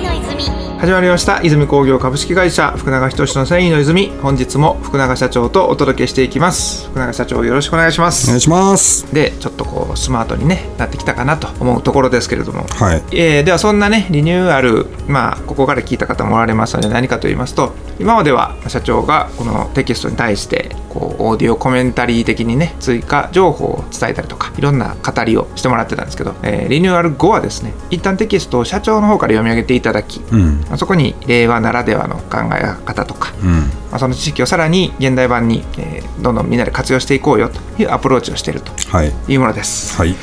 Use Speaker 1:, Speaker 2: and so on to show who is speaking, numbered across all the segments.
Speaker 1: 始まりました泉工業株式会社福永仁の社員の泉本日も福永社長とお届けしていきます福永社長よろしくお願いしま
Speaker 2: お願
Speaker 1: す
Speaker 2: いします
Speaker 1: でちょっとこうスマートに、ね、なってきたかなと思うところですけれども、
Speaker 2: はい
Speaker 1: えーではそんなねリニューアル、まあ、ここから聞いた方もおられますので何かと言いますと今までは社長がこのテキストに対してこうオーディオコメンタリー的にね追加情報を伝えたりとかいろんな語りをしてもらってたんですけど、えーリニューアル後はですね一旦テキストを社長の方から読み上げていただき、
Speaker 2: うん
Speaker 1: そこに令和ならではの考え方とか、
Speaker 2: うん
Speaker 1: まあ、その知識をさらに現代版に、えーどんどんみんなで活用していこうよというアプローチをしていると
Speaker 2: はい
Speaker 1: いうものです。
Speaker 2: はい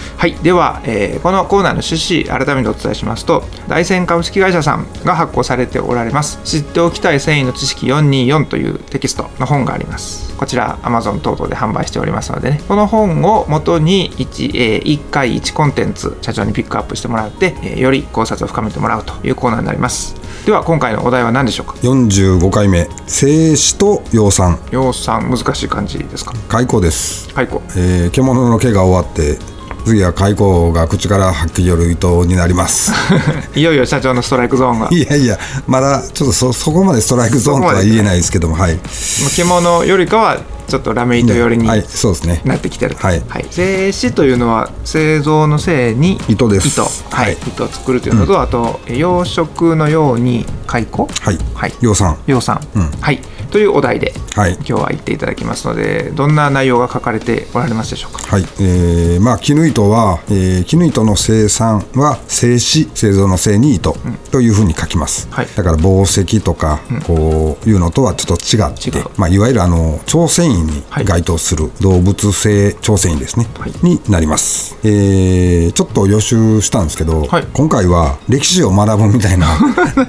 Speaker 1: では、えーこのコーナーの趣旨改めてお伝えしますと大仙株式会社さんが発行されておられます知っておきたい繊維の知識424というテキストの本がありますこちら Amazon 等々で販売しておりますのでねこの本を元に 1,、えー1回1コンテンツ社長にピックアップしてもらって、えーより考察を深めてもらうというコーナーになりますでは今回のお題は何でしょうか
Speaker 2: 45回目静止と養蚕
Speaker 1: 洋さん難しい感じですか
Speaker 2: 開口です、
Speaker 1: 解雇
Speaker 2: えー、獣の毛が終わって次は開口が口から吐き寄る糸になります
Speaker 1: いよいよ社長のストライクゾーンが
Speaker 2: いやいやまだちょっとそそこまでストライクゾーンとは言えないですけどもはい
Speaker 1: 獣よりかはちょっとラメ糸寄りに
Speaker 2: はいそうですね
Speaker 1: なってきてる、
Speaker 2: はい
Speaker 1: 製糸というのは製造の製に
Speaker 2: 糸です
Speaker 1: 糸,、はい
Speaker 2: はい
Speaker 1: 糸を作るというのと、あと養殖のように蚕は
Speaker 2: はい
Speaker 1: はい
Speaker 2: 養蚕
Speaker 1: 養蚕、
Speaker 2: うん
Speaker 1: はいというお題で、
Speaker 2: はい
Speaker 1: 今日は言っていただきますのでどんな内容が書かれておられますでしょうか
Speaker 2: はい、えー、まあ絹糸は、えー、絹糸の生産は製糸製造の製に糸というふうに書きます、
Speaker 1: はい
Speaker 2: だから紡績とか、こういうのとはちょっと違って
Speaker 1: 違う
Speaker 2: まあ、いわゆるあの朝鮮員に
Speaker 1: はい
Speaker 2: 該当する動物性朝鮮員ですね、
Speaker 1: はい
Speaker 2: になります、えー、ちょっと予習したんですけど、
Speaker 1: はい
Speaker 2: 今回は歴史を学ぶみた いな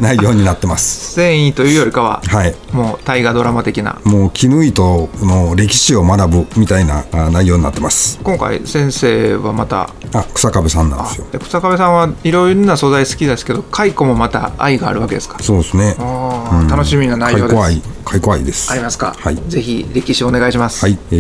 Speaker 2: 内容になってます
Speaker 1: 繊維というよりかは、
Speaker 2: はい
Speaker 1: もう大河ドラマ的な
Speaker 2: もう絹糸の歴史を学ぶみたいなあ内容になってます
Speaker 1: 今回先生はまた
Speaker 2: あ草壁さんなんですよ
Speaker 1: で草壁さんはいろいろな素材好きですけど蚕もまた愛があるわけですか
Speaker 2: そうですね
Speaker 1: あー楽しみな内容です
Speaker 2: 解雇愛解雇愛です
Speaker 1: ありますか、
Speaker 2: はい、
Speaker 1: ぜひ歴史お願いします、
Speaker 2: はいえ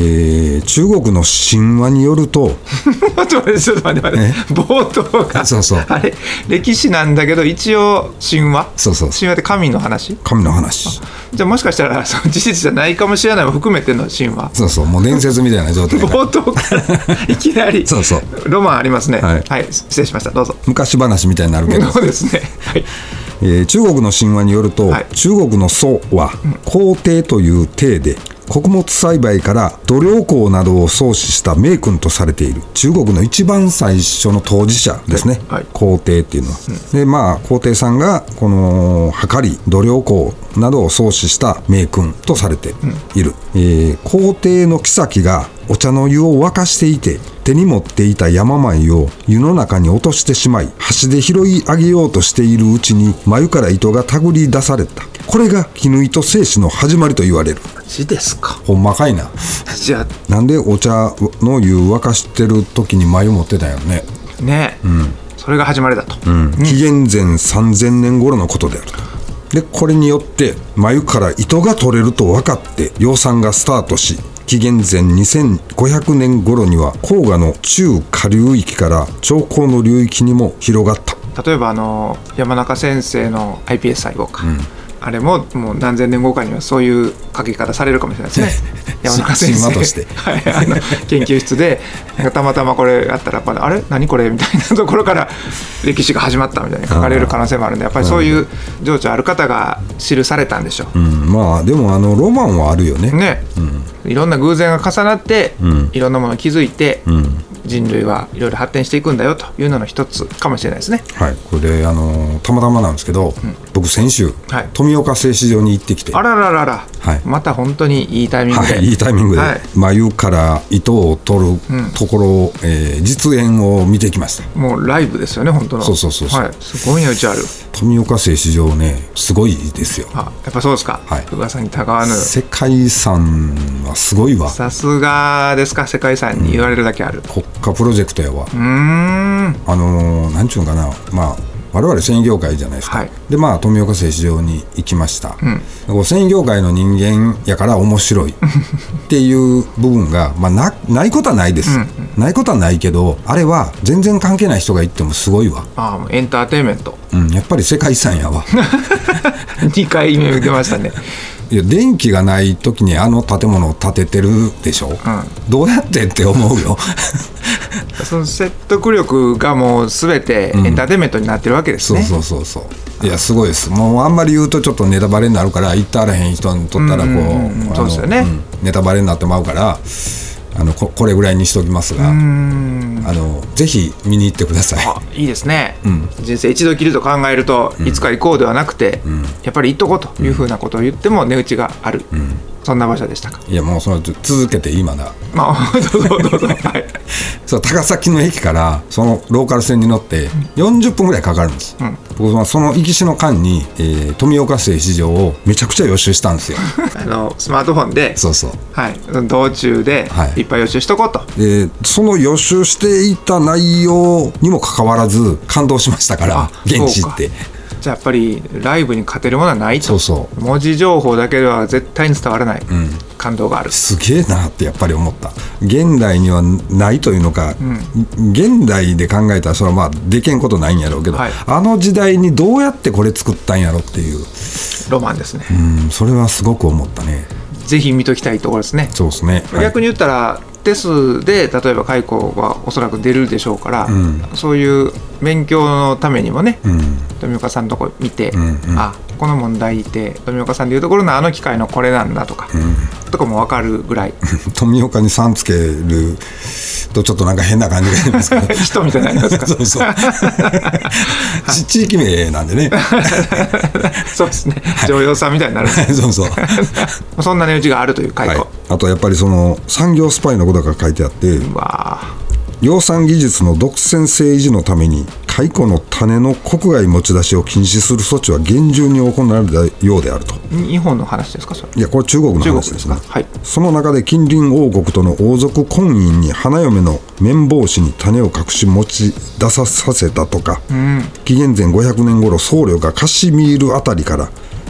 Speaker 2: ー中国の神話によると
Speaker 1: ちょっと待って、ちょっと待って、待って、冒頭が。
Speaker 2: そうそう
Speaker 1: あれ、歴史なんだけど、一応神話。
Speaker 2: そうそう
Speaker 1: 神話って神の話。
Speaker 2: 神の話
Speaker 1: じゃあ、もしかしたら、その事実じゃないかもしれないも含めての神 話。
Speaker 2: そうそうもう伝説みたいな状態 が
Speaker 1: 冒頭からいきなり。
Speaker 2: そうそう
Speaker 1: ロマンありますね。は
Speaker 2: はいい、
Speaker 1: 失礼しました。どうぞ。
Speaker 2: 昔話みたいにな るけど、
Speaker 1: そうですね。はい。
Speaker 2: えー中国の神話によると、
Speaker 1: はい
Speaker 2: 中国の宋は皇帝という帝で穀物栽培から土良港などを創始した名君とされている中国の一番最初の当事者ですね、
Speaker 1: はい
Speaker 2: 皇帝っていうのは、でまあ皇帝さんがこの量り度量衡などを創始した名君とされている、えー皇帝の妃がお茶の湯を沸かしていて手に持っていた山米を湯の中に落としてしまい箸で拾い上げようとしているうちに眉から糸が手繰り出されたこれが絹糸製糸の始まりと言われる
Speaker 1: マジですか。
Speaker 2: ほんまかいな
Speaker 1: じゃ
Speaker 2: なんでお茶の湯沸かしてる時に眉持ってたんやろね
Speaker 1: あ、ね、それが始まりだと。
Speaker 2: 紀元前3000年頃のことであるとでこれによって眉から糸が取れると分かって養蚕がスタートし紀元前2500年頃には黄河の中下流域から長江の流域にも広がった
Speaker 1: 例えばあの山中先生の iPS 細胞か、あれももう何千年後かにはそういう書き方されるかもしれないですね 山中先生
Speaker 2: 神話として
Speaker 1: はい、あの研究室でなんかたまたまこれあったらやっぱあれ何これみたいなところから歴史が始まったみたいに書かれる可能性もあるんでやっぱりそういう情緒ある方が記されたんでしょう
Speaker 2: う、んまあでもあのロマンはあるよね
Speaker 1: ね、いろんな偶然が重なって、いろんなものに気づいて、人類はいろいろ発展していくんだよというのの一つかもしれないですね。
Speaker 2: はいこれあのたまたまなんですけど、僕先週、
Speaker 1: はい
Speaker 2: 富岡製糸場に行ってきて
Speaker 1: あらららら、
Speaker 2: はい
Speaker 1: また本当にいいタイミングで、
Speaker 2: はい、いいタイミングで、
Speaker 1: はい
Speaker 2: 眉から糸を取るところを、えー実演を見てきました
Speaker 1: もうライブですよね本当の
Speaker 2: そうそうそうそう
Speaker 1: はい、すごい値打ちある
Speaker 2: 富岡製糸場ねすごいですよ
Speaker 1: あやっぱそうですか、
Speaker 2: はい
Speaker 1: 噂にたがわぬ
Speaker 2: 世界遺産はすごいわ
Speaker 1: さすがですか世界遺産に言われるだけある
Speaker 2: 国家プロジェクトやわ、
Speaker 1: うーん
Speaker 2: あのーなんちゅうんかなまあ我々繊維業界じゃないですか、
Speaker 1: はい
Speaker 2: でまあ富岡製糸場に行きました、
Speaker 1: ん
Speaker 2: こう繊維業界の人間やから面白いっていう部分が、まあ、なないことはないです、ないことはないけどあれは全然関係ない人が行ってもすごいわ、
Speaker 1: ああもうエンターテインメント
Speaker 2: うん、やっぱり世界遺産やわ
Speaker 1: 2回目受けましたね
Speaker 2: いや電気がない時にあの建物を建ててるでしょ、どうやってって思う よ
Speaker 1: その説得力がもう全てエンターテインメントになってるわけです
Speaker 2: そう
Speaker 1: ね、
Speaker 2: そうそうそういやすごいですもうあんまり言うとちょっとネタバレになるから言ってあらへん人にとったらこう,
Speaker 1: う
Speaker 2: あ
Speaker 1: んうん
Speaker 2: の、
Speaker 1: うんそうですよね
Speaker 2: うんネタバレになってまうからあのここれぐらいにしときますが、
Speaker 1: うーん
Speaker 2: あのぜひ見に行ってください
Speaker 1: あいいですね、
Speaker 2: ん
Speaker 1: 人生一度きりと考えると、いつか行こうではなくて、やっぱり行っとこうというふうなことを言っても値打ちがある、そんな場所でしたか
Speaker 2: いやもうその続けて今だ
Speaker 1: まあどうぞどうぞはい
Speaker 2: そう高崎の駅からそのローカル線に乗って40分ぐらいかかるんです、
Speaker 1: ん
Speaker 2: 僕はその行きしの間に、えー富岡製糸場をめちゃくちゃ予習した んですよ
Speaker 1: あのスマートフォンで
Speaker 2: そうそう
Speaker 1: はい、道中で
Speaker 2: はい
Speaker 1: いっぱい予習しとこうと、
Speaker 2: でその予習していた内容にもかかわらず感動しましたから
Speaker 1: あ
Speaker 2: 現地行って
Speaker 1: じゃあやっぱりライブに勝てるものはない
Speaker 2: そ
Speaker 1: と
Speaker 2: うそう
Speaker 1: 文字情報だけでは絶対に伝わらない感動がある、
Speaker 2: すげえなってやっぱり思った現代にはないというのか、現代で考えたらそれはまあできんことないんやろうけど、
Speaker 1: はい
Speaker 2: あの時代にどうやってこれ作ったんやろっていう、
Speaker 1: ロマンですね、
Speaker 2: うん、それはすごく思ったね
Speaker 1: ぜひ見ときたいところですね、
Speaker 2: そうですね、はい
Speaker 1: 逆に言ったらテスで例えば解雇はおそらく出るでしょうから、
Speaker 2: ん
Speaker 1: そういう勉強のためにもね、
Speaker 2: うん
Speaker 1: 富岡さんのとこ見て、
Speaker 2: んうん
Speaker 1: あこの問題って富岡さんでいうところのあの機械のこれなんだとか、とかも分かるぐらい
Speaker 2: 富岡に「さん」つけるとちょっとなんか変な感じが しますけ ど
Speaker 1: 人みたいになりますか
Speaker 2: そうそうち 地域名なんでね
Speaker 1: そうですね常用さんみたいになるんで
Speaker 2: そうそう
Speaker 1: そんな値打ちがあるという解
Speaker 2: はい
Speaker 1: 雇、、
Speaker 2: あとやっぱりその産業スパイのことが書いてあって
Speaker 1: うわあ
Speaker 2: 養蚕技術の独占性維持のために蚕の種の国外持ち出しを禁止する措置は厳重に行われたようであると
Speaker 1: 日本の話ですかそれ
Speaker 2: いやこれ中国の
Speaker 1: 中国
Speaker 2: 話
Speaker 1: で
Speaker 2: ですす
Speaker 1: か
Speaker 2: ね
Speaker 1: はい
Speaker 2: その中で近隣王国との王族婚姻に花嫁の綿帽子に種を隠し持ち出させたとか、紀元前500年頃僧侶がカシミールあたりから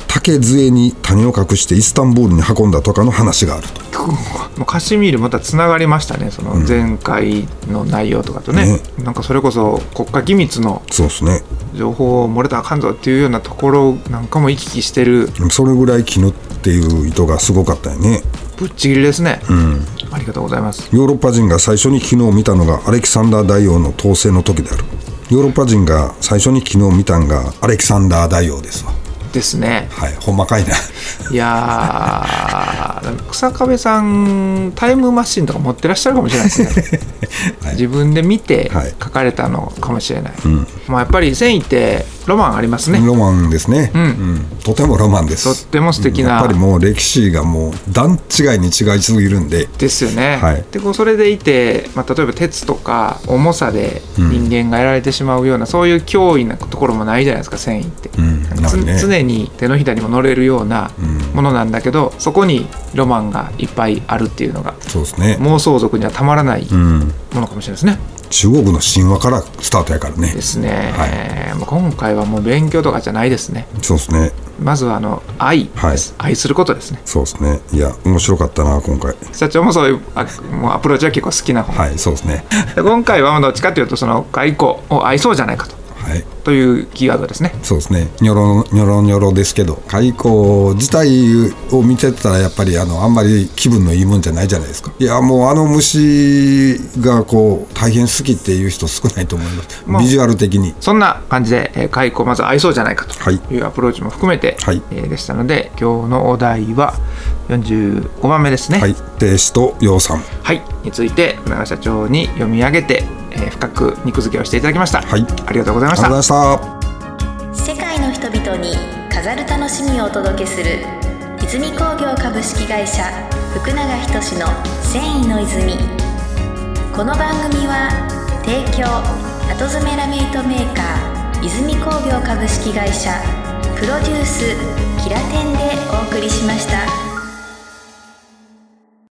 Speaker 2: 竹杖に種を隠してイスタンブールに運んだとかの話がある と
Speaker 1: もうカシミールまたつながりましたねその前回の内容とかとね、なんかそれこそ国家機密の
Speaker 2: そうですね
Speaker 1: 情報を漏れたらあかんぞっていうようなところなんかも行き来してる
Speaker 2: それぐらい絹っていう糸がすごかったよね
Speaker 1: ぶっちぎりですね、ありがとうございます
Speaker 2: ヨーロッパ人が最初に絹を見たのがアレキサンダー大王の統制の時であるヨーロッパ人が最初に絹を見たんがアレキサンダー大王ですわ
Speaker 1: ですね
Speaker 2: はいほんまかいな
Speaker 1: いやー 草壁さんタイムマシンとか持ってらっしゃるかもしれないですね、
Speaker 2: はい
Speaker 1: 自分で見て
Speaker 2: はい
Speaker 1: 書かれたのかもしれない、まあ、やっぱり繊維ってロマンありますね、
Speaker 2: ロマンですね、うんとてもロマンで
Speaker 1: とっ
Speaker 2: す
Speaker 1: ても素敵
Speaker 2: やっ
Speaker 1: な
Speaker 2: ぱりもう歴史がもう段違いに違いすぎるんで
Speaker 1: ですよね、
Speaker 2: はい
Speaker 1: でこうそれでいて、まあ、例えば鉄とか重さで人間がやられてしまうような、そういう脅威なところもないじゃないですか繊維って、
Speaker 2: ん
Speaker 1: なん
Speaker 2: な
Speaker 1: かつ
Speaker 2: いね
Speaker 1: 常に手のひらにも乗れるようなものなんだけど、そこにロマンがいっぱいあるっていうのが
Speaker 2: そうですね
Speaker 1: 妄想族にはたまらない
Speaker 2: うん
Speaker 1: ものかもしれないですね。
Speaker 2: 中国の神話からスタートやからね
Speaker 1: ですね、
Speaker 2: は
Speaker 1: もう今回はもう勉強とかじゃないですね
Speaker 2: そうですね
Speaker 1: まずはあの愛です、愛することですね
Speaker 2: そうですねいや面白かったな今回
Speaker 1: 社長もそういうあもうアプローチは結構好きな方
Speaker 2: はいそうですね
Speaker 1: で今回はどっちかというとその外交を愛そうじゃないかと
Speaker 2: はい
Speaker 1: というキーワードですね
Speaker 2: そうですねニョロニョロニョロですけど開口自体を見てたらやっぱりあのあんまり気分のいいもんじゃないじゃないですかいやもうあの虫がこう大変好きっていう人少ないと思います、
Speaker 1: まあ
Speaker 2: ビジュアル的に
Speaker 1: そんな感じで、えー、解雇をまず愛そうじゃないか
Speaker 2: はい
Speaker 1: というアプローチも含めて、
Speaker 2: はい
Speaker 1: えーでしたので今日のお題は45番目ですね
Speaker 2: はい亭主と洋さん
Speaker 1: はい、について永井社長に読み上げて、えー深く肉付けをしていただきました、
Speaker 2: はい
Speaker 1: ありがとうござい
Speaker 2: あ
Speaker 1: まし
Speaker 2: り
Speaker 1: た
Speaker 2: がとうございました
Speaker 3: 世界の人々に飾る楽しみをお届けする泉工業株式会社福永仁の「繊維の泉」この番組は提供後詰めラメイトメーカー泉工業株式会社プロデュースキラテンでお送りしました。